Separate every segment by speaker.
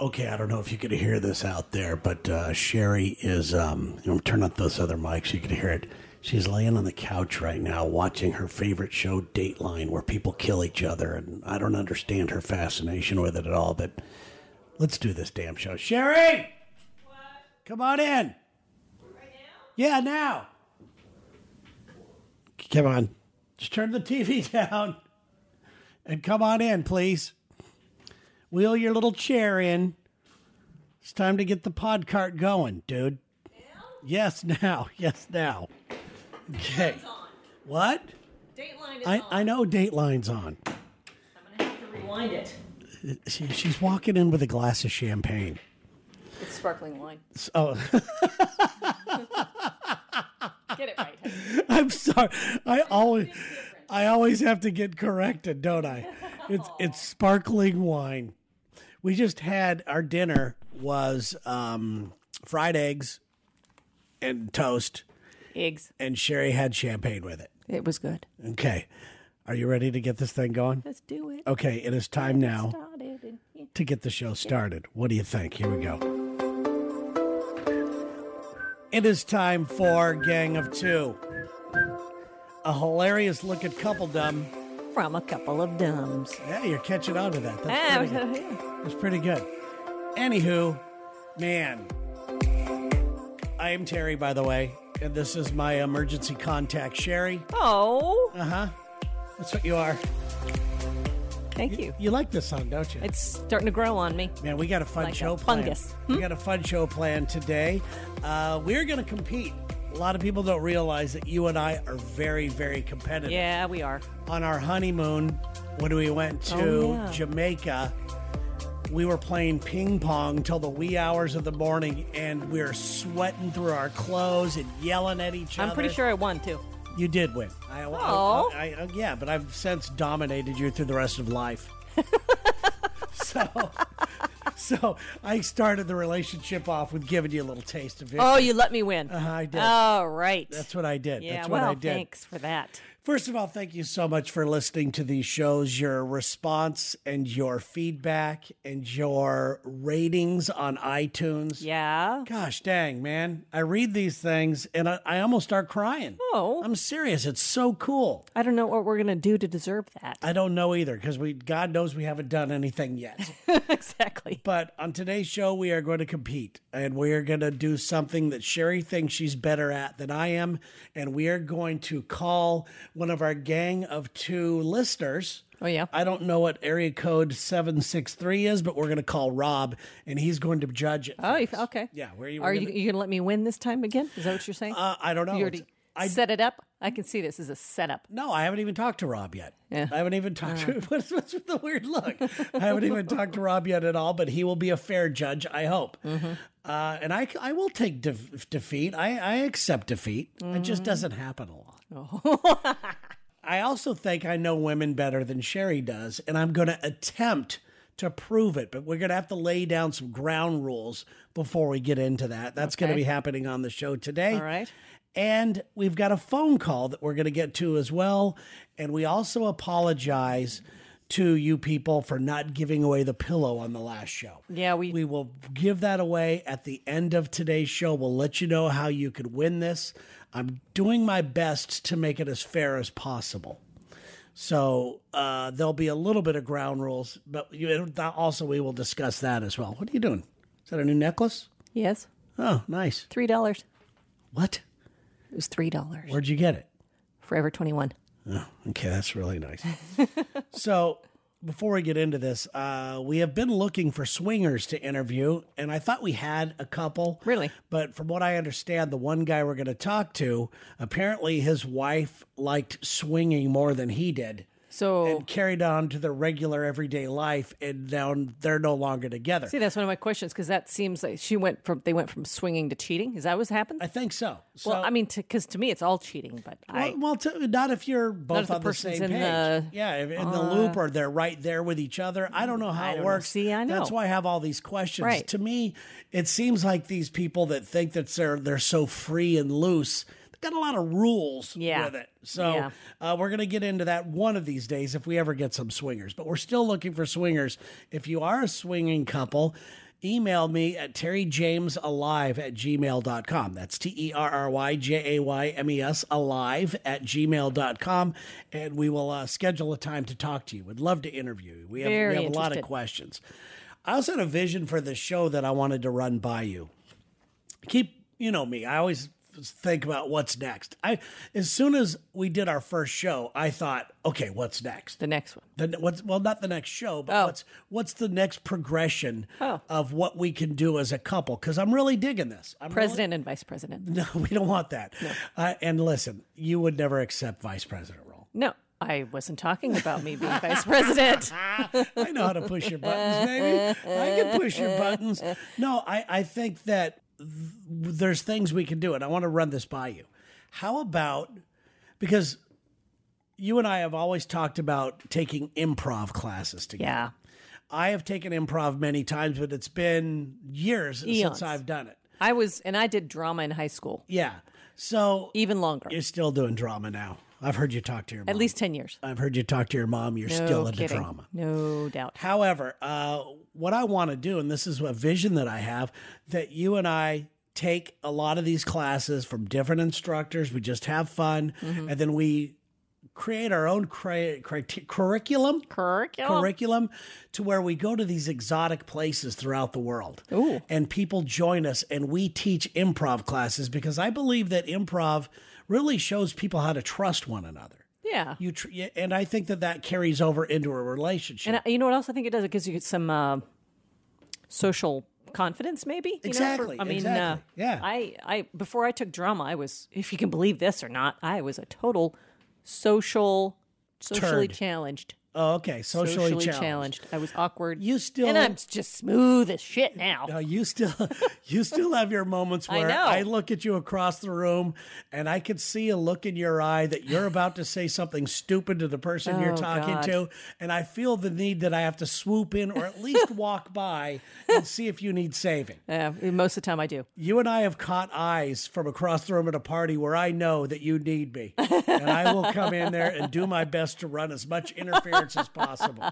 Speaker 1: Okay, I don't know if you could hear this out there, but uh, Sherry is. Um, you know, turn up those other mics; you could hear it. She's laying on the couch right now, watching her favorite show, Dateline, where people kill each other, and I don't understand her fascination with it at all. But let's do this damn show, Sherry. What? Come on in. Right now? Yeah, now. Come on, just turn the TV down, and come on in, please wheel your little chair in. It's time to get the pod cart going, dude. Yes, now. Yes, now. Okay. What?
Speaker 2: Dateline is
Speaker 1: I,
Speaker 2: on.
Speaker 1: I know Dateline's on.
Speaker 2: I'm gonna have to rewind it.
Speaker 1: She, she's walking in with a glass of champagne.
Speaker 2: It's sparkling wine.
Speaker 1: So, oh,
Speaker 2: Get it right. honey.
Speaker 1: I'm sorry. I always, I always have to get corrected, don't I? It's it's sparkling wine. We just had our dinner was um, fried eggs and toast,
Speaker 2: Eggs.
Speaker 1: and Sherry had champagne with it.
Speaker 2: It was good.
Speaker 1: Okay. Are you ready to get this thing going?
Speaker 2: Let's do it.
Speaker 1: Okay, it is time now
Speaker 2: Started in here.
Speaker 1: to get the show started. What do you think? Here we go. It is time for Gang of Two, a hilarious look at coupledom.
Speaker 2: From a couple of dumbs.
Speaker 1: Yeah, you're catching on to that. That's
Speaker 2: Ah,
Speaker 1: pretty good.
Speaker 2: yeah.
Speaker 1: That's pretty good. Anywho, man, I am Terry, by the way, and this is my emergency contact, Sherry.
Speaker 2: oh,
Speaker 1: Uh huh. That's what you are.
Speaker 2: thank you.
Speaker 1: You like this song, don't you?
Speaker 2: It's starting to grow on me.
Speaker 1: Man, we got a fun
Speaker 2: Like a
Speaker 1: show planned.
Speaker 2: fungus. Hmm?
Speaker 1: We got a fun show planned today. Uh, we're going to compete. A lot of people don't realize that you and I are very, very competitive.
Speaker 2: Yeah, we are.
Speaker 1: On our honeymoon, when we went to
Speaker 2: Oh, yeah.
Speaker 1: Jamaica, we were playing ping pong till the wee hours of the morning, and we were sweating through our clothes and yelling at each other.
Speaker 2: I'm pretty sure I won too.
Speaker 1: you did win. I, I-
Speaker 2: Oh.
Speaker 1: I, I- yeah, but I've since dominated you through the rest of life. so, so I started the relationship off with giving you a little taste of it.
Speaker 2: Oh, you let me win.
Speaker 1: Uh-huh, I did.
Speaker 2: All right.
Speaker 1: That's what I did.
Speaker 2: yeah,
Speaker 1: That's what
Speaker 2: well,
Speaker 1: I did.
Speaker 2: thanks for that.
Speaker 1: First of all, thank you so much for listening to these shows. Your response and your feedback and your ratings on iTunes.
Speaker 2: Yeah.
Speaker 1: Gosh dang, man. I read these things and I, I almost start crying.
Speaker 2: Oh.
Speaker 1: I'm serious. It's so cool.
Speaker 2: I don't know what we're going to do to deserve that.
Speaker 1: I don't know either because we, God knows, we haven't done anything yet.
Speaker 2: exactly.
Speaker 1: but on today's show, we are going to compete and we are going to do something that Sherry thinks she's better at than I am. And we are going to call one of our gang of two listeners.
Speaker 2: Oh, yeah.
Speaker 1: I don't know what area code 763 is, but we're going to call Rob and he's going to judge it.
Speaker 2: Oh,
Speaker 1: for
Speaker 2: you,
Speaker 1: us.
Speaker 2: okay.
Speaker 1: Yeah. Where you,
Speaker 2: Are
Speaker 1: we're
Speaker 2: you,
Speaker 1: gonna-
Speaker 2: you going to let me win this time again? Is that what you're saying?
Speaker 1: uh, I don't know.
Speaker 2: you already
Speaker 1: It's- I,
Speaker 2: set it up. Oh, I can see this is a setup.
Speaker 1: No, I haven't even talked to Rob yet.
Speaker 2: Yeah.
Speaker 1: I haven't even talked to what's, what's with the weird look. I haven't even talked to Rob yet at all, but he will be a fair judge, I hope. Uh, and I, I will take def defeat. I, I accept defeat. It just doesn't happen a lot. I also think I know women better than Sherry does, and I'm going to attempt to prove it, but we're going to have to lay down some ground rules before we get into that. That's going to
Speaker 2: Okay.
Speaker 1: be happening on the show today.
Speaker 2: All right.
Speaker 1: And we've got a phone call that we're going to get to as well. And we also apologize to you people for not giving away the pillow on the last show.
Speaker 2: Yeah, we-
Speaker 1: we will give that away at the end of today's show. We'll let you know how you could win this. I'm doing my best to make it as fair as possible. So uh, there'll be a little bit of ground rules, but you, also we will discuss that as well. What are you doing? Is that a new necklace?
Speaker 2: Yes.
Speaker 1: Oh, nice.
Speaker 2: Three dollars.
Speaker 1: What?
Speaker 2: It was three dollars.
Speaker 1: Where'd you get it?
Speaker 2: Forever twenty one.
Speaker 1: Okay, that's really nice. so, before we get into this, uh, we have been looking for swingers to interview, and I thought we had a couple.
Speaker 2: Really?
Speaker 1: But from what I understand, the one guy we're going to talk to, apparently his wife liked swinging more than he did.
Speaker 2: So
Speaker 1: And carried on to their regular everyday life, and now they're no longer together.
Speaker 2: see, that's one of my questions because that seems like she went from they went from swinging to cheating. Is that what's happened?
Speaker 1: I think so. so
Speaker 2: well, I mean, because to, me it's all cheating, but I
Speaker 1: Well, well t- not if you're both
Speaker 2: if the
Speaker 1: on the,
Speaker 2: person's
Speaker 1: same page.
Speaker 2: in the-
Speaker 1: yeah, if- in the loop or they're right there with each other. I don't know how it
Speaker 2: don't know.
Speaker 1: works.
Speaker 2: See, Mm, I
Speaker 1: That's
Speaker 2: know.
Speaker 1: why I have all these questions.
Speaker 2: Right.
Speaker 1: To me, it seems like these people that think that they're they're so free and loose. They've Got a lot of rules
Speaker 2: Yeah.
Speaker 1: with it, so
Speaker 2: Yeah.
Speaker 1: uh, we're going to get into that one of these days if we ever get some swingers. But we're still looking for swingers. If you are a swinging couple, email me at terryjamesalive at gmail.com. That's T E R R Y J A Y M E S alive at gmail.com. And we will uh, schedule a time to talk to you. Would love to interview you. We have,
Speaker 2: Very
Speaker 1: we have a lot of
Speaker 2: interested.
Speaker 1: questions. I also had a vision for the show that I wanted to run by you. Keep, you know me, I always think about what's next. I as soon as we did our first show, I thought, okay, what's next?
Speaker 2: The next one.
Speaker 1: The, what's well, not the next show, but
Speaker 2: Oh.
Speaker 1: what's what's the next progression of what we can do as a couple? Because I'm really digging this. I'm really-
Speaker 2: President and vice president.
Speaker 1: no, we don't want that. Uh, and listen, you would never accept vice president role.
Speaker 2: No, I wasn't talking about me being vice president.
Speaker 1: I know how to push your buttons, baby. I can push your buttons. No, I, I think that th- there's things we can do, and I want to run this by you. How about because you and I have always talked about taking improv classes together.
Speaker 2: Yeah.
Speaker 1: I have taken improv many times, but it's been years since
Speaker 2: Eons.
Speaker 1: I've done it.
Speaker 2: I was, and I did drama in high school,
Speaker 1: Yeah. So
Speaker 2: even longer,
Speaker 1: you're still doing drama now. I've heard you talk to your mom.
Speaker 2: at least 10 years.
Speaker 1: I've heard you talk to your mom. You're
Speaker 2: No
Speaker 1: still into
Speaker 2: kidding.
Speaker 1: drama.
Speaker 2: No doubt.
Speaker 1: However, uh, what I want to do, and this is a vision that I have, that you and I take a lot of these classes from different instructors. We just have fun, and then we create our own cri- criti- curriculum.
Speaker 2: Curriculum.
Speaker 1: Curriculum to where we go to these exotic places throughout the world.
Speaker 2: Ooh.
Speaker 1: And people join us and we teach improv classes because I believe that improv really shows people how to trust one another.
Speaker 2: Yeah.
Speaker 1: You tr- yeah, and I think that that carries over into a relationship.
Speaker 2: And uh, you know what else I think it does? It gives you some uh, social confidence, maybe. you know, for-
Speaker 1: Exactly,
Speaker 2: I mean, uh,
Speaker 1: exactly. Yeah.
Speaker 2: I, I before I took drama, I was, if you can believe this or not, I was a total social, socially
Speaker 1: Turd.
Speaker 2: challenged.
Speaker 1: Oh, okay. Socially, challenged.
Speaker 2: I was awkward.
Speaker 1: You still-
Speaker 2: and I'm just smooth as shit now.
Speaker 1: Now you still you still have your moments
Speaker 2: I
Speaker 1: where
Speaker 2: know.
Speaker 1: I, look at you across the room and I could see a look in your eye that you're about to say something stupid to the person you're
Speaker 2: Oh,
Speaker 1: talking
Speaker 2: God.
Speaker 1: to and I feel the need that I have to swoop in or at least walk by and see if you need saving.
Speaker 2: Yeah, most of the time I do.
Speaker 1: You and I have caught eyes from across the room at a party where I know that you need me. And I will come in there and do my best to run as much interference as possible.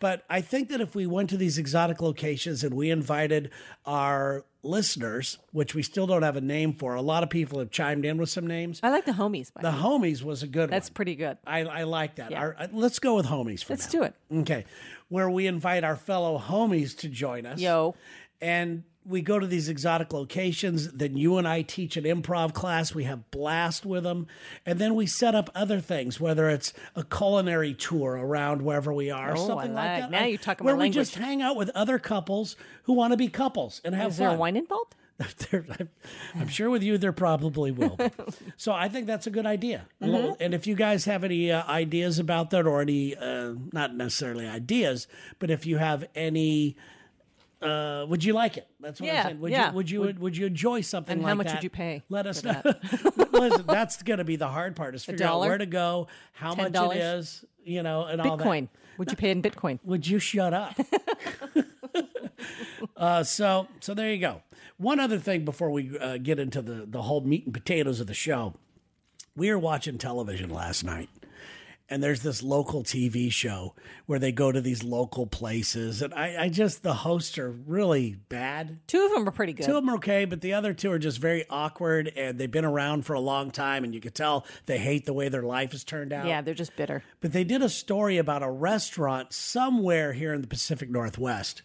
Speaker 1: But I think that if we went to these exotic locations and we invited our listeners, which we still don't have a name for, a lot of people have chimed in with some names.
Speaker 2: I like the homies. By the
Speaker 1: The homies was a good
Speaker 2: That's
Speaker 1: one.
Speaker 2: pretty good.
Speaker 1: I, I like that. Our- uh, let's go with homies for
Speaker 2: Let's do it.
Speaker 1: now. Okay. Where we invite our fellow homies to join us
Speaker 2: Yo.
Speaker 1: and we go to these exotic locations. Then you and I teach an improv class. We have blast with them, and then we set up other things, whether it's a culinary tour around wherever we are, or
Speaker 2: Oh, I
Speaker 1: something
Speaker 2: like-
Speaker 1: like that.
Speaker 2: now
Speaker 1: Like,
Speaker 2: you're talking my
Speaker 1: where we
Speaker 2: language.
Speaker 1: just hang out with other couples who want to be couples and have
Speaker 2: Is there
Speaker 1: fun.
Speaker 2: wine involved?
Speaker 1: There- I'm- I'm sure with you there probably will. be. so I think that's a good idea.
Speaker 2: Mm-hmm.
Speaker 1: And if you guys have any uh, ideas about that, or any uh, not necessarily ideas, but if you have any, uh, would you like it? That's what
Speaker 2: Yeah,
Speaker 1: I'm saying. Would
Speaker 2: yeah.
Speaker 1: you would you would, you enjoy something?
Speaker 2: And
Speaker 1: like
Speaker 2: how much
Speaker 1: that?
Speaker 2: would you pay
Speaker 1: Let us know. Listen, that's going to be the hard part is figure out
Speaker 2: dollar?
Speaker 1: where to go, how much
Speaker 2: $10?
Speaker 1: it is, you know, and all that.
Speaker 2: Bitcoin. Would you pay in Bitcoin?
Speaker 1: Would you shut up? uh, so, so there you go. One other thing before we uh, get into the the whole meat and potatoes of the show, we were watching television last night, and there's this local TV show where they go to these local places, and I, I just the hosts are really bad.
Speaker 2: Two of them are pretty good.
Speaker 1: Two of them are okay, but the other two are just very awkward, and they've been around for a long time, and you could tell they hate the way their life has turned out.
Speaker 2: yeah, they're just bitter.
Speaker 1: But they did a story about a restaurant somewhere here in the Pacific Northwest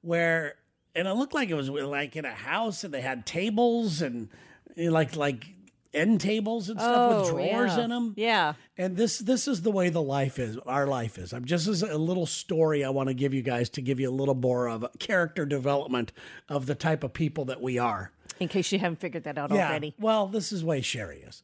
Speaker 1: where and it looked like it was like in a house and they had tables and you know, like like end tables and stuff with drawers
Speaker 2: yeah.
Speaker 1: in them.
Speaker 2: Oh. Yeah.
Speaker 1: And this this is the way the life is, our life is. I'm just as a little story I want to give you guys to give you a little more of a character development of the type of people that we are.
Speaker 2: In case you haven't figured that out already.
Speaker 1: Well, this is the way Sherry is.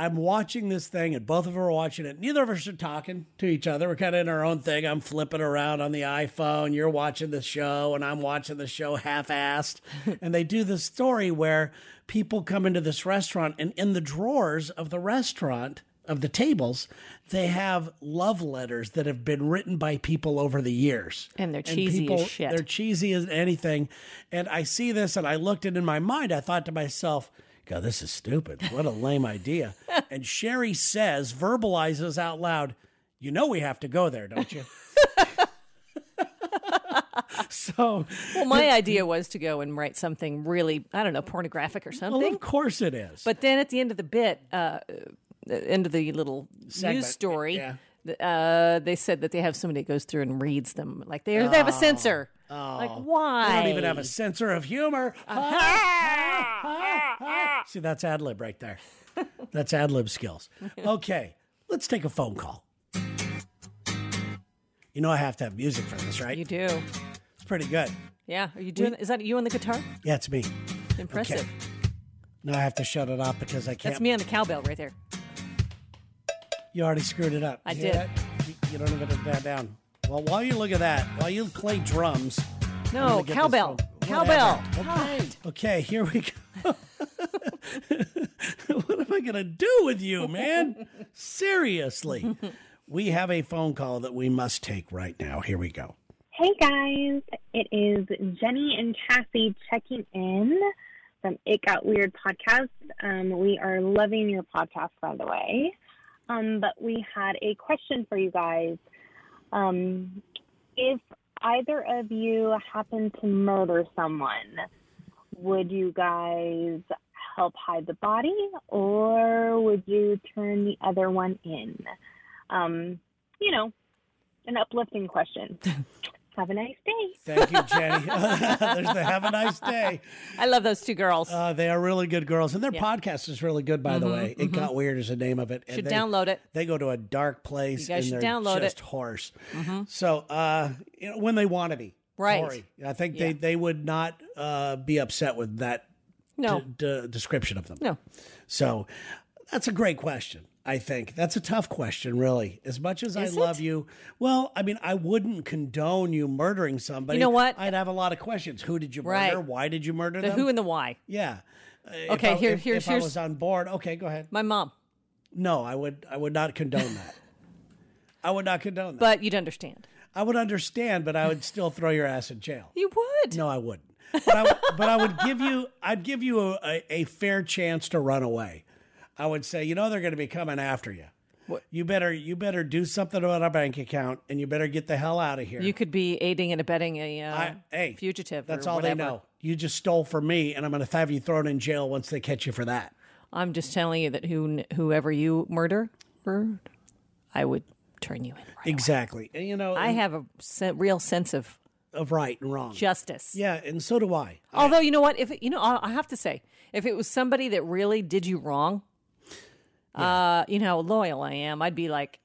Speaker 1: I'm watching this thing, and both of her are watching it. Neither of us are talking to each other. We're kind of in our own thing. I'm flipping around on the iPhone. You're watching the show, and I'm watching the show half-assed. and they do this story where people come into this restaurant, and in the drawers of the restaurant of the tables, they have love letters that have been written by people over the years.
Speaker 2: And they're cheesy as
Speaker 1: people-
Speaker 2: shit.
Speaker 1: They're cheesy as anything. And I see this and I looked and in my mind I thought to myself, God, this is stupid. What a lame idea. And Sherry says, verbalizes out loud, you know we have to go there, don't you? so,
Speaker 2: Well, my idea was to go and write something really, I don't know, pornographic or
Speaker 1: well,
Speaker 2: something.
Speaker 1: of course it is.
Speaker 2: But then at the end of the bit, uh, the end of the little
Speaker 1: Segment,
Speaker 2: news story,
Speaker 1: yeah.
Speaker 2: th- uh, they said that they have somebody that goes through and reads them. Like they, they have a censor. Like why?
Speaker 1: I Oh. don't even have a censor of humor.
Speaker 2: Uh-huh.
Speaker 1: See, that's ad lib right there. That's ad lib skills. Okay, let's take a phone call. You know, I have to have music for this, right?
Speaker 2: You do.
Speaker 1: It's pretty good.
Speaker 2: Yeah. Are you doing? is that you on the guitar?
Speaker 1: Yeah, it's me.
Speaker 2: Impressive.
Speaker 1: Okay. Now I have to shut it off because I can't.
Speaker 2: That's me on the cowbell right there.
Speaker 1: You already screwed it up.
Speaker 2: I
Speaker 1: You hear
Speaker 2: did.
Speaker 1: that? You, you don't even have that down. Well, while you look at that, while you play drums, I'm
Speaker 2: No,
Speaker 1: gonna get this
Speaker 2: Oh, cowbell.
Speaker 1: phone-
Speaker 2: Cowbell.
Speaker 1: Whatever. Okay. okay, here we go. what am I going to do with you, man? Seriously. we have a phone call that we must take right now. Here we go.
Speaker 3: Hey guys, it is Jenny and Cassie checking in from It Got Weird podcast. Um, we are loving your podcast, by the way. Um, but we had a question for you guys. Um, if either of you happened to murder someone, would you guys help hide the body or would you turn the other one in? Um, you know, an uplifting question. Have a nice day.
Speaker 1: Thank you, Jenny. There's the have a nice day.
Speaker 2: I love those two girls.
Speaker 1: Uh, they are really good girls, and their podcast is really good, by the way. It got weird is the name of it. and
Speaker 2: Mm-hmm. Should
Speaker 1: they-
Speaker 2: download it.
Speaker 1: They go to a dark place
Speaker 2: You
Speaker 1: and
Speaker 2: guys should
Speaker 1: they're
Speaker 2: download
Speaker 1: just
Speaker 2: it. Mm-hmm.
Speaker 1: hoarse. So uh, you know, when they want to be,
Speaker 2: Right.
Speaker 1: Corey. I think they they would not uh, be upset with that
Speaker 2: No.
Speaker 1: d- description of them.
Speaker 2: No.
Speaker 1: So that's a great question. I think that's a tough question, really. As much as
Speaker 2: Is
Speaker 1: I
Speaker 2: it?
Speaker 1: love you, well, I mean, I wouldn't condone you murdering somebody.
Speaker 2: You know what?
Speaker 1: I'd have a lot of questions. Who did you
Speaker 2: Right.
Speaker 1: murder? Why did you murder
Speaker 2: The
Speaker 1: them?
Speaker 2: who and the why.
Speaker 1: Yeah. Uh, if
Speaker 2: Okay,
Speaker 1: I-
Speaker 2: here-
Speaker 1: if,
Speaker 2: here's-
Speaker 1: if
Speaker 2: here's-
Speaker 1: I was on board. Okay, go ahead.
Speaker 2: My mom.
Speaker 1: No, I would I would not condone that. I would not condone that.
Speaker 2: But you'd understand.
Speaker 1: I would understand, but I would still throw your ass in jail.
Speaker 2: You would.
Speaker 1: No, I wouldn't. But I, would- but I would give you I'd give you a, a, a fair chance to run away. I would say, you know, they're going to be coming after you. You better you better do something about our bank account, and you better get the hell out of here.
Speaker 2: You could be aiding and abetting a uh,
Speaker 1: I- hey,
Speaker 2: fugitive.
Speaker 1: That's
Speaker 2: or
Speaker 1: all
Speaker 2: whatever.
Speaker 1: they know. You just stole from me, and I'm going to have you thrown in jail once they catch you for that.
Speaker 2: I'm just telling you that who, whoever you murder, murdered, I would turn you in. Right.
Speaker 1: Exactly. And you know,
Speaker 2: I have a sen- real sense of
Speaker 1: of right and wrong.
Speaker 2: justice.
Speaker 1: Yeah, and so do I.
Speaker 2: Although you know what, if it- you know, I I have to say, if it was somebody that really did you wrong, uh, you know how loyal I am. I'd be like,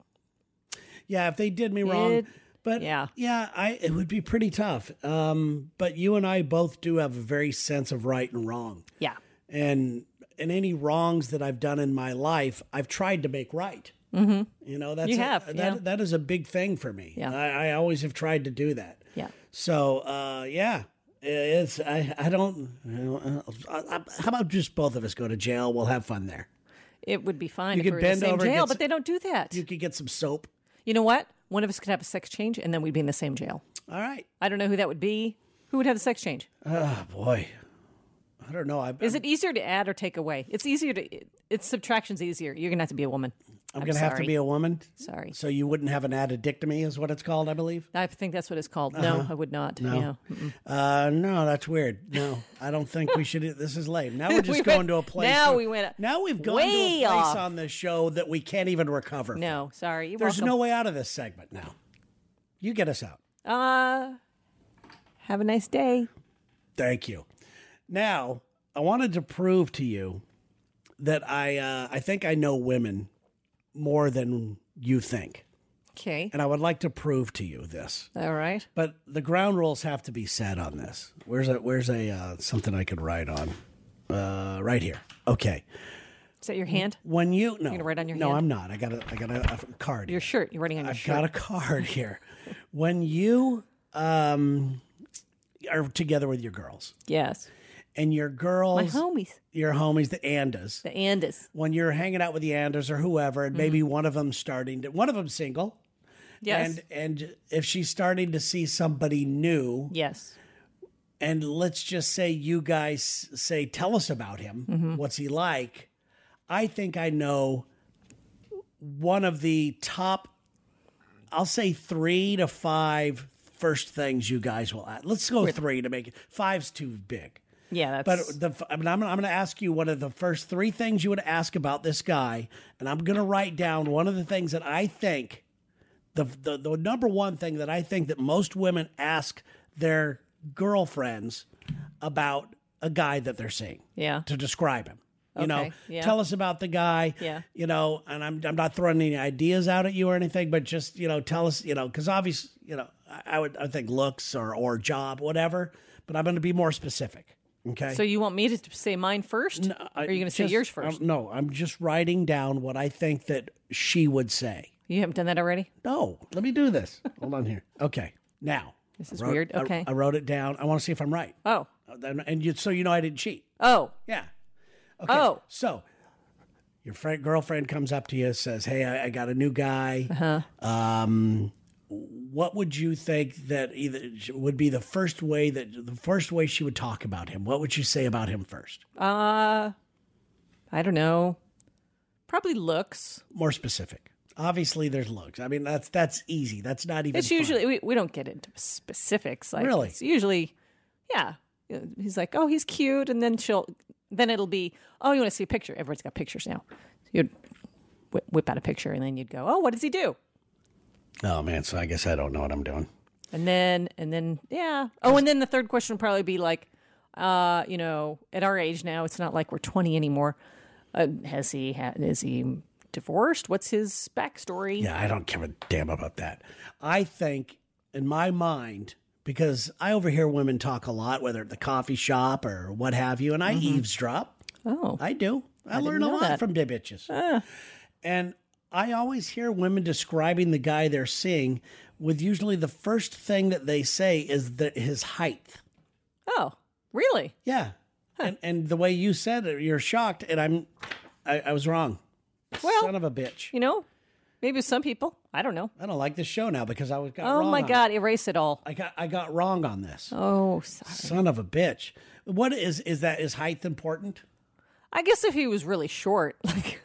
Speaker 1: Yeah, if they did me wrong.
Speaker 2: It-
Speaker 1: but
Speaker 2: yeah.
Speaker 1: yeah, yeah, I it would be pretty tough. Um, but you and I both do have a very sense of right and wrong,
Speaker 2: yeah,
Speaker 1: and and any wrongs that I've done in my life, I've tried to make right. Mm-hmm. You know, that's
Speaker 2: You
Speaker 1: a-
Speaker 2: have,
Speaker 1: that
Speaker 2: yeah.
Speaker 1: that is a big thing for me.
Speaker 2: Yeah.
Speaker 1: I, I always have tried to do that.
Speaker 2: yeah.
Speaker 1: So uh, yeah, it's I I don't. You know, uh, I, I- how about just both of us go to jail? We'll have fun there.
Speaker 2: It would be fine if
Speaker 1: could
Speaker 2: we were in the
Speaker 1: bend
Speaker 2: same
Speaker 1: over and
Speaker 2: jail,
Speaker 1: get
Speaker 2: but they don't do that.
Speaker 1: You could get some soap.
Speaker 2: you know what? One of us could have a sex change, and then we'd be in the same jail.
Speaker 1: All right.
Speaker 2: I don't know who that would be. Who would have the sex change?
Speaker 1: Oh boy, I don't know. I,
Speaker 2: Is it easier to add or take away? It's easier to. It's subtraction's easier. You're gonna have to be a woman.
Speaker 1: I'm, going to have to
Speaker 2: sorry.
Speaker 1: be a woman.
Speaker 2: Sorry,
Speaker 1: So you wouldn't have an addictomy, is what it's called, I believe.
Speaker 2: I think that's what it's called. No,
Speaker 1: Uh-huh.
Speaker 2: I would not. No.
Speaker 1: Uh, no, that's weird. No, I don't think we should. e-, This is lame. Now we're just
Speaker 2: We
Speaker 1: going
Speaker 2: went-
Speaker 1: to a place.
Speaker 2: now
Speaker 1: where-
Speaker 2: we went
Speaker 1: Now we've gone to
Speaker 2: way
Speaker 1: a place
Speaker 2: off.
Speaker 1: on this show that we can't even recover. from.
Speaker 2: No, sorry. You're
Speaker 1: there's
Speaker 2: welcome.
Speaker 1: no way out of this segment now. You get us out.
Speaker 2: Uh, have a nice day.
Speaker 1: Thank you. Now I wanted to prove to you that I uh, I think I know women more than you think,
Speaker 2: Okay.
Speaker 1: and I would like to prove to you this.
Speaker 2: All right.
Speaker 1: But the ground rules have to be set on this. Where's a where's a uh, something I could write on? Uh, right here. Okay.
Speaker 2: Is that your
Speaker 1: Mm-hmm.
Speaker 2: hand?
Speaker 1: When you no, you
Speaker 2: gonna write on your
Speaker 1: no,
Speaker 2: hand?
Speaker 1: I'm not. I got a I got a, a card.
Speaker 2: Your
Speaker 1: here.
Speaker 2: shirt. You're writing on your
Speaker 1: I've
Speaker 2: shirt.
Speaker 1: got a card here. when you um are together with your girls
Speaker 2: Yes.
Speaker 1: and your
Speaker 2: My
Speaker 1: girls,
Speaker 2: homies,
Speaker 1: your homies, the Andas.
Speaker 2: the Andes.
Speaker 1: when you're hanging out with the Andas or whoever, and maybe one of them starting to one of them single,
Speaker 2: Mm-hmm. Yes.
Speaker 1: and and if she's starting to see somebody new,
Speaker 2: yes.
Speaker 1: and let's just say you guys say tell us about him what's he like i think i know one of the top i'll say three to five first things you guys will ask? Let's go three to make it. Five's too big.
Speaker 2: Yeah,
Speaker 1: But
Speaker 2: that's
Speaker 1: the, I mean, I'm, gonna- I'm going to ask you one of the first three things you would ask about this guy, and I'm going to write down one of the things that I think, the, the the number one thing that I think that most women ask their girlfriends about a guy that they're seeing
Speaker 2: yeah.
Speaker 1: to describe him. You know,
Speaker 2: Okay, yeah.
Speaker 1: tell us about the guy.
Speaker 2: Yeah.
Speaker 1: You know, and I'm I'm not throwing any ideas out at you or anything, but just you know, tell us. You know, because obviously, you know, I, I would I think looks or or job whatever, but I'm going to be more specific. Okay.
Speaker 2: So you want me to say mine first? or
Speaker 1: I-
Speaker 2: are you going to say
Speaker 1: just-
Speaker 2: yours first?
Speaker 1: um, no, I'm just writing down what I think that she would say.
Speaker 2: you haven't done that already?
Speaker 1: No, let me do this. Hold on here. Okay, now this
Speaker 2: is weird. Okay.
Speaker 1: I, wrote it down. I want to see if I'm right.
Speaker 2: Oh.
Speaker 1: Uh, then- And you, so you know I didn't cheat.
Speaker 2: Oh.
Speaker 1: Yeah. Okay.
Speaker 2: Oh.
Speaker 1: So your friend girlfriend comes up to you says, "Hey, I, I got a new guy. Uh-huh. Um, what would you think that either would be the first way that the first way she would talk about him? What would you say about him first?
Speaker 2: Uh I don't know. Probably looks.
Speaker 1: More specific. Obviously, there's looks. I mean, that's that's easy. That's not even.
Speaker 2: It's
Speaker 1: fun.
Speaker 2: usually we, we don't get into specifics like
Speaker 1: Really?
Speaker 2: it's usually yeah. He's like, "Oh, he's cute." And then she'll then it'll be, "Oh, you want to see a picture?" Everyone's got pictures now. You'd whi- whip out a picture and then you'd go, "Oh, what does he do?"
Speaker 1: Oh man, so I guess I don't know what I'm doing.
Speaker 2: And then and then yeah. Oh, and then the third question would probably be like, uh, you know, at our age now, it's not like we're twenty anymore. Uh, has he ha- is he divorced? What's his backstory?
Speaker 1: Yeah, I don't give a damn about that. I think in my mind, because I overhear women talk a lot, whether at the coffee shop or what have you, and I eavesdrop.
Speaker 2: Oh,
Speaker 1: I do. I, learn a
Speaker 2: Mm-hmm. know
Speaker 1: lot
Speaker 2: that. Ah.
Speaker 1: from dead bitches. And I always hear women describing the guy they're seeing with usually the first thing that they say is that his height.
Speaker 2: oh, really?
Speaker 1: Yeah. And, and the way you said it, you're shocked, and I'm, I, I was wrong.
Speaker 2: Well-
Speaker 1: Son of a bitch.
Speaker 2: You know, maybe with some people. I don't know.
Speaker 1: I don't like this show now because I was got
Speaker 2: Oh
Speaker 1: wrong
Speaker 2: my
Speaker 1: on it.
Speaker 2: God, erase it all.
Speaker 1: I got I got wrong on this.
Speaker 2: Oh, sorry.
Speaker 1: Son of a bitch. What is is that is height important?
Speaker 2: I guess if he was really short, like,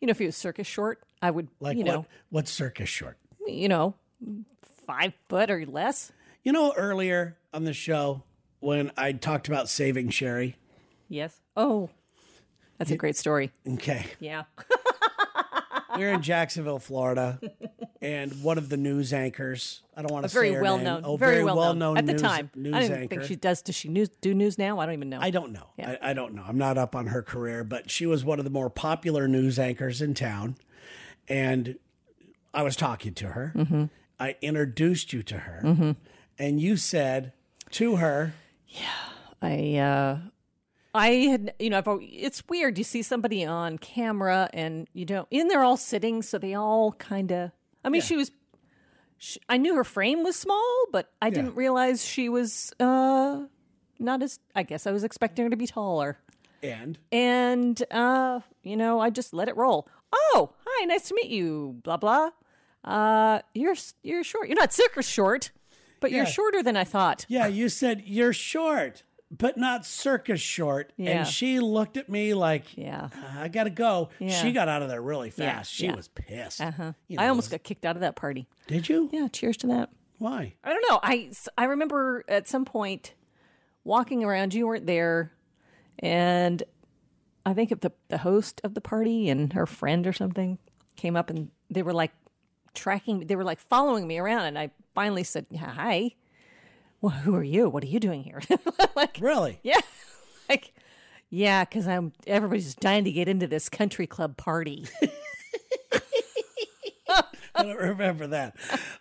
Speaker 2: you know, if he was circus short, I would,
Speaker 1: Like
Speaker 2: you
Speaker 1: what
Speaker 2: know,
Speaker 1: what circus short?
Speaker 2: you know, five foot or less.
Speaker 1: You know earlier on the show when I talked about saving Sherry?
Speaker 2: Yes. Oh, that's a great story.
Speaker 1: Okay.
Speaker 2: Yeah.
Speaker 1: We We're in Jacksonville, Florida, and one of the news anchors, I don't want to say
Speaker 2: very
Speaker 1: her
Speaker 2: well
Speaker 1: name.
Speaker 2: known.
Speaker 1: Oh,
Speaker 2: very, well known, at the
Speaker 1: news,
Speaker 2: time.
Speaker 1: News
Speaker 2: I don't even
Speaker 1: anchor.
Speaker 2: think she does. Does she news, do news now? I don't even know.
Speaker 1: I don't know. I, I don't know. I'm not up on her career, but she was one of the more popular news anchors in town. And I was talking to her.
Speaker 2: Mm-hmm.
Speaker 1: I introduced you to her. And you said to her,
Speaker 2: I uh I had you know I've al- it's weird you see somebody on camera and you don't and they're all sitting so they all kind of I mean she was she, I knew her frame was small but I didn't realize she was uh not as I guess I was expecting her to be taller
Speaker 1: and
Speaker 2: and uh you know I just let it roll oh hi nice to meet you blah blah uh you're s- you're short you're not super short but
Speaker 1: Yeah.
Speaker 2: you're shorter than I thought
Speaker 1: yeah, you said, you're short, but not circus short.
Speaker 2: Yeah.
Speaker 1: And she looked at me like,
Speaker 2: yeah.
Speaker 1: I got to go.
Speaker 2: Yeah.
Speaker 1: She got out of there really fast. she
Speaker 2: yeah.
Speaker 1: was pissed.
Speaker 2: Huh.
Speaker 1: You
Speaker 2: I
Speaker 1: know,
Speaker 2: almost got kicked out of that party.
Speaker 1: Did you?
Speaker 2: Yeah, cheers to that.
Speaker 1: Why?
Speaker 2: I don't know. I s- I remember at some point walking around. You weren't there, and I think if the the host of the party and her friend or something came up and they were like tracking. They were like following me around, and I finally said, "Hi, well, who are you? What are you doing here?" like,
Speaker 1: Really?
Speaker 2: yeah, like. Yeah, because I'm everybody's dying to get into this country club party.
Speaker 1: I don't remember that.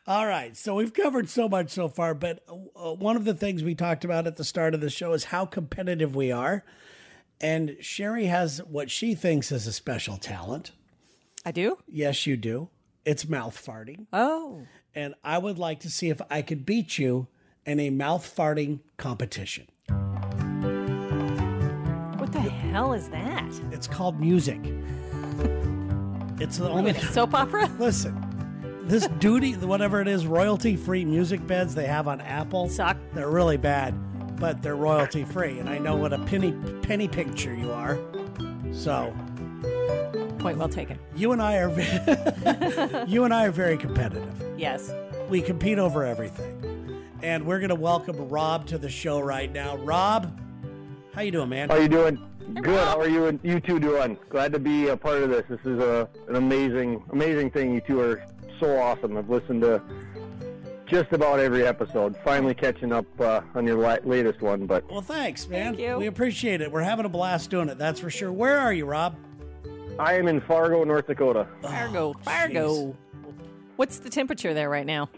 Speaker 1: All right. So we've covered so much so far, but uh, one of the things we talked about at the start of the show is how competitive we are. And Sherry has what she thinks is a special talent.
Speaker 2: I do.
Speaker 1: Yes, you do. It's mouth farting.
Speaker 2: Oh,
Speaker 1: And I would like to see if I could beat you in a mouth farting competition.
Speaker 2: what the hell is that?
Speaker 1: It's called music. It's the only.
Speaker 2: Soap opera?
Speaker 1: Listen, this duty, whatever it is, royalty free music beds they have on Apple
Speaker 2: Suck.
Speaker 1: They're really bad, but they're royalty free, and I know what a penny penny picture you are. So
Speaker 2: Point well taken.
Speaker 1: you and I are ve- you and I are very competitive.
Speaker 2: Yes.
Speaker 1: We compete over everything. and we're gonna welcome Rob to the show right now. Rob, how you doing, man?
Speaker 4: How you doing? Good. How are you and you two doing? Glad to be a part of this. This is a, an amazing, amazing thing. You two are so awesome. I've listened to just about every episode. Finally catching up uh, on your la- latest one, but
Speaker 1: Well, thanks, man.
Speaker 2: Thank you.
Speaker 1: We appreciate it. We're having a blast doing it. That's for sure. Where are you, Rob?
Speaker 4: I am in Fargo, North Dakota.
Speaker 2: Fargo, Fargo. What's the temperature there right now?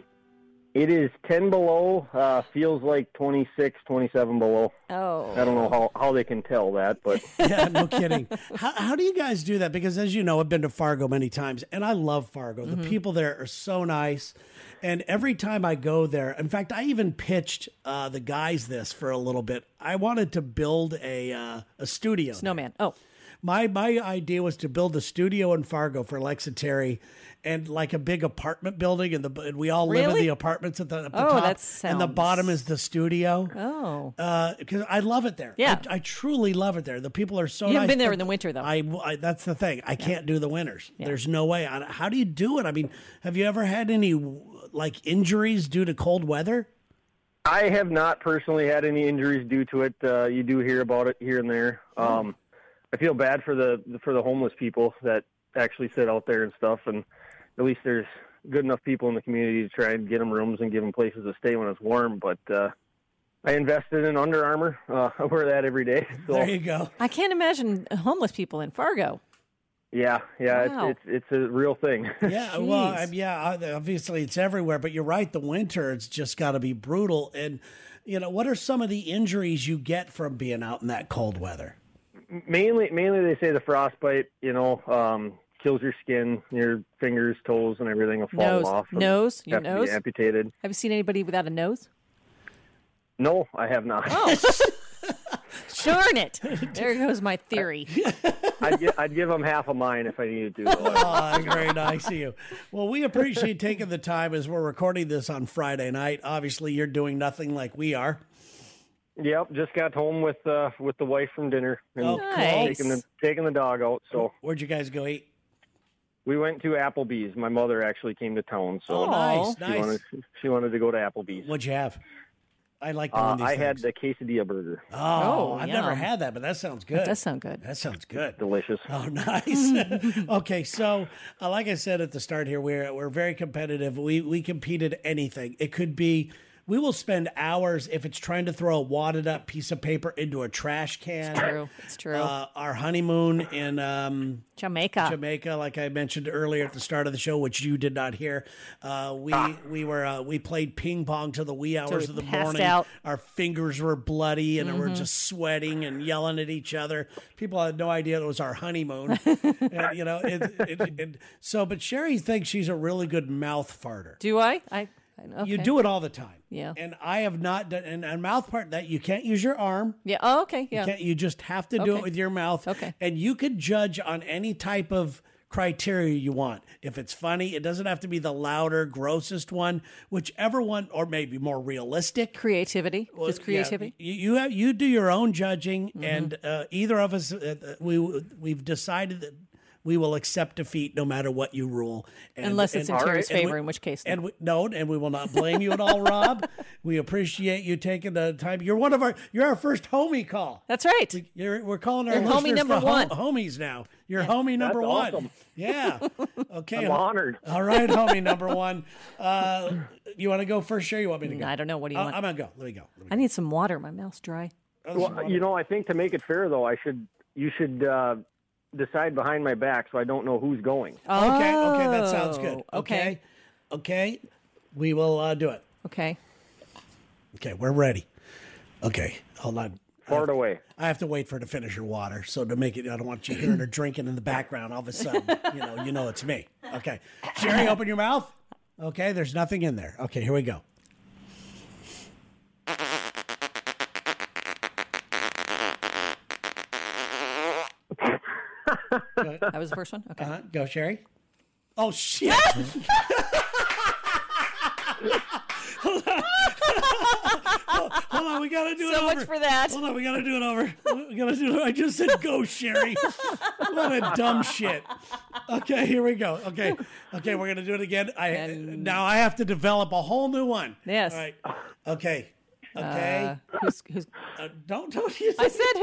Speaker 4: It is 10 below. Uh, feels like 26, 27 below. I
Speaker 2: Oh,
Speaker 4: don't know how, how they can tell that, but
Speaker 1: yeah, no kidding. How, how do you guys do that? Because as you know, I've been to Fargo many times and I love Fargo.
Speaker 2: Mm-hmm.
Speaker 1: The people there are so nice. And every time I go there, in fact, I even pitched uh, the guys this for a little bit. I wanted to build a, uh, a studio.
Speaker 2: snowman. Oh,
Speaker 1: My, my idea was to build a studio in Fargo for Lexa Terry and like a big apartment building. And, the, and we all live in
Speaker 2: Really?
Speaker 1: the apartments at the, at the
Speaker 2: Oh,
Speaker 1: top.
Speaker 2: that
Speaker 1: And the
Speaker 2: sounds-
Speaker 1: bottom is the studio.
Speaker 2: oh.
Speaker 1: Because I love it there.
Speaker 2: Yeah.
Speaker 1: I, I truly love it there. The people are so
Speaker 2: You haven't
Speaker 1: nice.
Speaker 2: been there
Speaker 1: The-
Speaker 2: in the winter though.
Speaker 1: I, I- that's the thing. I can't do the winners. There's no way. I, how do you do it? I mean, have you ever had any like injuries due to cold weather?
Speaker 4: I have not personally had any injuries due to it. Uh, you do hear about it here and there.
Speaker 1: Mm-hmm.
Speaker 4: Um, I feel bad for the for the homeless people that actually sit out there and stuff. And at least there's good enough people in the community to try and get them rooms and give them places to stay when it's warm. But uh, I invested in Under Armour. Uh, I wear that every day. So
Speaker 1: There you go.
Speaker 2: I can't imagine homeless people in Fargo.
Speaker 4: yeah, yeah,
Speaker 2: Wow.
Speaker 4: it's, it's it's a real thing.
Speaker 1: Yeah, well,
Speaker 2: Jeez.
Speaker 1: I, yeah. I- Obviously, it's everywhere. But you're right. The winter, it's just got to be brutal. And you know, what are some of the injuries you get from being out in that cold weather?
Speaker 4: mainly mainly they say the frostbite. You know. Um, Kills your skin, your fingers, toes, and everything will fall
Speaker 2: Nose.
Speaker 4: off. and
Speaker 2: Nose? Your
Speaker 4: have to be
Speaker 2: nose?
Speaker 4: amputated.
Speaker 2: Have you seen anybody without a nose?
Speaker 4: No, I have not.
Speaker 1: Oh.
Speaker 2: Darn it! There goes my theory.
Speaker 4: I'd, gi- I'd give them half of mine if I needed to. though.
Speaker 1: Oh, very nice of you. Well, we appreciate taking the time as we're recording this on Friday night. Obviously, you're doing nothing like we are.
Speaker 4: yep, just got home with uh, with the wife from dinner and
Speaker 1: Oh,
Speaker 2: Nice.
Speaker 4: taking the taking the dog out. So
Speaker 1: Where'd you guys go eat?
Speaker 4: we went to Applebee's. My mother actually came to town, so
Speaker 2: Oh,
Speaker 1: nice,
Speaker 4: she
Speaker 1: nice.
Speaker 4: wanted she wanted to go to Applebee's.
Speaker 1: What'd you have? I like the
Speaker 4: Uh,
Speaker 1: one. These
Speaker 4: I had
Speaker 1: things.
Speaker 4: the quesadilla burger.
Speaker 1: Oh,
Speaker 2: Oh,
Speaker 1: I've
Speaker 2: yum.
Speaker 1: never had that, but that sounds good.
Speaker 2: Does sound good.
Speaker 1: that sounds good.
Speaker 4: Delicious.
Speaker 1: Oh, nice. okay, so uh, like I said at the start here, we're we're very competitive. We we compete at anything. It could be we will spend hours if it's trying to throw a wadded up piece of paper into a trash can.
Speaker 2: True. It's true.
Speaker 1: Uh, our honeymoon in um,
Speaker 2: Jamaica.
Speaker 1: Jamaica, like I mentioned earlier at the start of the show, which you did not hear. Uh, we we were uh, we played ping pong till the wee hours
Speaker 2: Ah. we
Speaker 1: of the
Speaker 2: passed
Speaker 1: morning.
Speaker 2: out. Mm-hmm.
Speaker 1: Our fingers were bloody and we were just sweating and yelling at each other. People had no idea it was our honeymoon. and, you know, it, it, it- so but Sherry thinks she's a really good mouth farter.
Speaker 2: Do I? I. I okay.
Speaker 1: You do it all the time.
Speaker 2: Yeah.
Speaker 1: And I have not done and, and mouth part that you can't use your arm.
Speaker 2: Yeah. Oh, okay. Yeah.
Speaker 1: Can't, you just have to do
Speaker 2: Okay.
Speaker 1: it with your mouth.
Speaker 2: Okay.
Speaker 1: And you could judge on any type of criteria you want. If it's funny, it doesn't have to be the louder, grossest one, whichever one, or maybe more realistic.
Speaker 2: Creativity. Just
Speaker 1: Yeah,
Speaker 2: creativity. Mm-hmm.
Speaker 1: you you, have, you do your own judging, and uh, either of us, uh, we we've decided that we will accept defeat no matter what you rule, and,
Speaker 2: Unless it's in Terry's
Speaker 1: and we-
Speaker 2: favor, in which case. no.
Speaker 1: and we, no, and we will not blame you at all, Rob. we appreciate you taking the time. You're one of our. You're our first homie call.
Speaker 2: That's right.
Speaker 1: You're, we're calling our
Speaker 2: You're homie
Speaker 1: listeners
Speaker 2: number
Speaker 1: the ho-
Speaker 2: one.
Speaker 1: homies now. You're homie number one.
Speaker 4: awesome.
Speaker 1: Yeah. Okay.
Speaker 4: I'm honored.
Speaker 1: All right, homie number one. Uh, you want to go first, Sherry? You want me to go? Uh,
Speaker 2: I don't know. What do you
Speaker 1: I-
Speaker 2: want?
Speaker 1: I'm gonna go. Let me go. Let me
Speaker 2: I need some water. My mouth's dry.
Speaker 4: Well, you know, I think to make it fair though, I should you should uh, decide behind my back so I don't know who's going.
Speaker 1: go. Okay. Okay. That sounds good.
Speaker 2: Oh,
Speaker 1: Okay. Okay. We will uh, do it.
Speaker 2: Okay.
Speaker 1: Okay. We're ready. Okay. Hold on.
Speaker 4: Far away.
Speaker 1: I have to wait for her to finish her water. So to make it, I don't want you hearing her drinking in the background. All of a sudden, you know, you know it's me. Okay, Sherry, open your mouth. Okay, there's nothing in there. Okay, here we go.
Speaker 2: That was the first one. Okay.
Speaker 1: Uh, go, Sherry. Oh shit! hold, hold on, we gotta do it
Speaker 2: So
Speaker 1: over.
Speaker 2: much for that.
Speaker 1: Hold on, we gotta do it over. We gotta do it. over. I just said go, Sherry. what a dumb shit. Okay, here we go. Okay, okay, we're gonna do it again. I
Speaker 2: And-
Speaker 1: now I have to develop a whole new one.
Speaker 2: Yes.
Speaker 1: All right. Okay. Okay.
Speaker 2: Uh, who's, who's,
Speaker 1: Uh, don't don't you.
Speaker 2: I said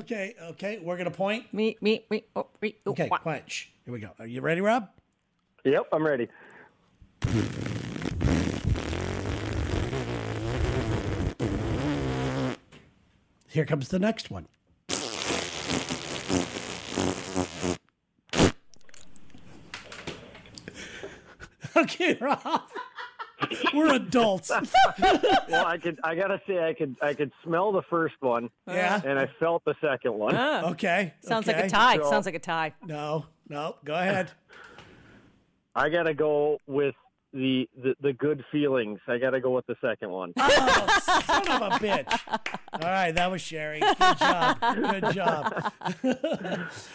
Speaker 1: okay. Okay. We're gonna point.
Speaker 2: who? Me, me, me. Oh, me oh,
Speaker 1: Okay.
Speaker 2: wha-
Speaker 1: Quiet. Shh. Here we go. Are you ready, Rob?
Speaker 4: Yep, I'm ready.
Speaker 1: Here comes the next one. Okay, Rob. We're adults.
Speaker 4: Well, I could. I gotta say, I could. I could smell the first one,
Speaker 1: Yeah.
Speaker 4: and I felt the second one.
Speaker 1: Okay.
Speaker 2: Sounds like
Speaker 1: okay.
Speaker 2: a tie.
Speaker 4: So-
Speaker 2: Sounds like a tie.
Speaker 1: No, no. Go ahead.
Speaker 4: I gotta go with the, the the good feelings. I gotta go with the second one.
Speaker 1: Oh, Son of a bitch. All right, that was Sherry. Good job. Good job.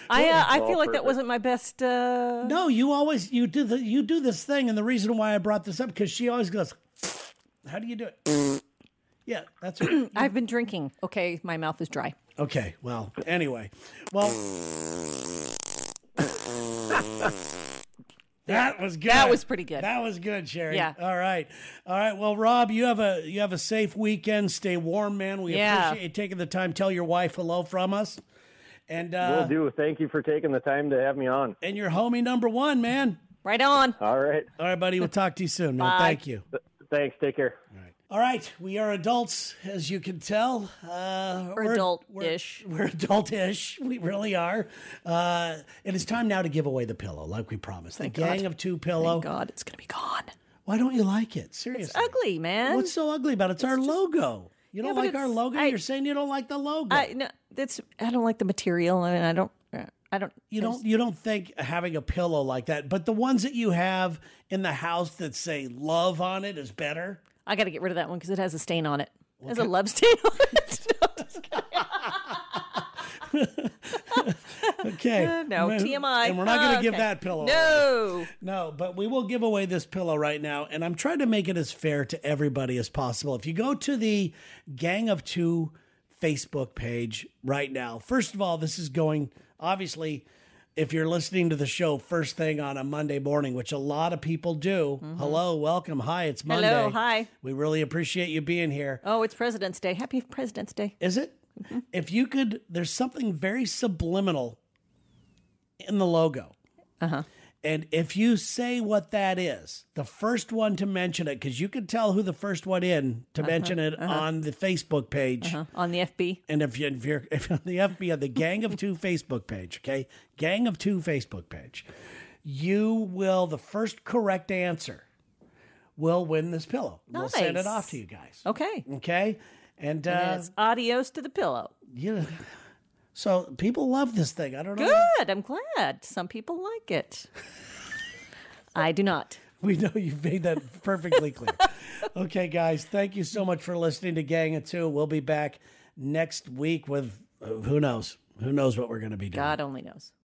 Speaker 2: I uh, I
Speaker 4: all
Speaker 2: feel like that
Speaker 4: perfect.
Speaker 2: wasn't my best. Uh,
Speaker 1: No, you always you do the you do this thing, and the reason why I brought this up because she always goes, "How do you do it?" Yeah, that's right.
Speaker 2: I've been drinking. Okay, my mouth is dry.
Speaker 1: Okay. Well, anyway, well, that was good.
Speaker 2: That was pretty good.
Speaker 1: That was good, Sherry.
Speaker 2: Yeah.
Speaker 1: All right. All right. Well, Rob, you have a you have a safe weekend. Stay warm, man. We
Speaker 2: Yeah.
Speaker 1: appreciate you taking the time. Tell your wife hello from us, and
Speaker 4: Will
Speaker 1: uh,
Speaker 4: do. Thank you for taking the time to have me on.
Speaker 1: and your homie number one, man.
Speaker 2: Right on.
Speaker 4: All right.
Speaker 1: All right, buddy. We'll talk to you soon, man.
Speaker 2: Bye.
Speaker 1: Thank you.
Speaker 4: Th- Thanks. Take care.
Speaker 1: All right, we are adults, as you can tell. Uh,
Speaker 2: We're adult-ish.
Speaker 1: We're, we're adult-ish. We really are. Uh, it is time now to give away the pillow, like we promised. the
Speaker 2: God.
Speaker 1: Gang of Two pillow.
Speaker 2: Oh God, it's gonna be gone.
Speaker 1: Why don't you like it? Seriously,
Speaker 2: Ugly man.
Speaker 1: What's so ugly about it? It's, our logo. You don't
Speaker 2: but
Speaker 1: like our
Speaker 2: it's-
Speaker 1: logo?
Speaker 2: I-
Speaker 1: You're saying you don't like the logo.
Speaker 2: I no, that's I don't like the material, and I don't. uh, I don't.
Speaker 1: you don't. You don't think having a pillow like that, but the ones that you have in the house that say "love" on it is better.
Speaker 2: I got to get rid of that one because it has a stain on it. It has a love stain on it. No, I'm just kidding.
Speaker 1: Okay.
Speaker 2: Uh, no,
Speaker 1: And-
Speaker 2: TMI.
Speaker 1: And we're not going to
Speaker 2: Oh,
Speaker 1: give
Speaker 2: okay.
Speaker 1: that pillow. away.
Speaker 2: no.
Speaker 1: No, but we will give away this pillow right now, and I'm trying to make it as fair to everybody as possible. If you go to the Gang of Two Facebook page right now, first of all, this is going obviously. If you're listening to the show first thing on a Monday morning, which a lot of people do, hello, welcome, hi, it's Monday.
Speaker 2: hi.
Speaker 1: We really appreciate you being here.
Speaker 2: Oh, it's President's Day. Happy President's Day.
Speaker 1: Is it? If you could, there's something very subliminal in the logo. Uh huh. And if you say what that is, the first one to mention it, because you can tell who the first one in to mention it on the Facebook page.
Speaker 2: Huh? On the FB.
Speaker 1: And if, you, if you're if you're on the FBI, the Gang of Two Facebook page, okay? Gang of Two Facebook page, you will, the first correct answer will win this pillow. We'll send it
Speaker 2: Nice.
Speaker 1: off to you guys.
Speaker 2: Okay.
Speaker 1: Okay? And, uh,
Speaker 2: Yes. Um, Adios to the pillow.
Speaker 1: yeah. So people love this thing. I don't know.
Speaker 2: Good. I'm glad. Some people like it. I do not.
Speaker 1: We know you've made that perfectly clear. okay, guys, thank you so much for listening to Gang of Two. We'll be back next week with uh, who knows? Who knows what we're going to be doing?
Speaker 2: God only knows.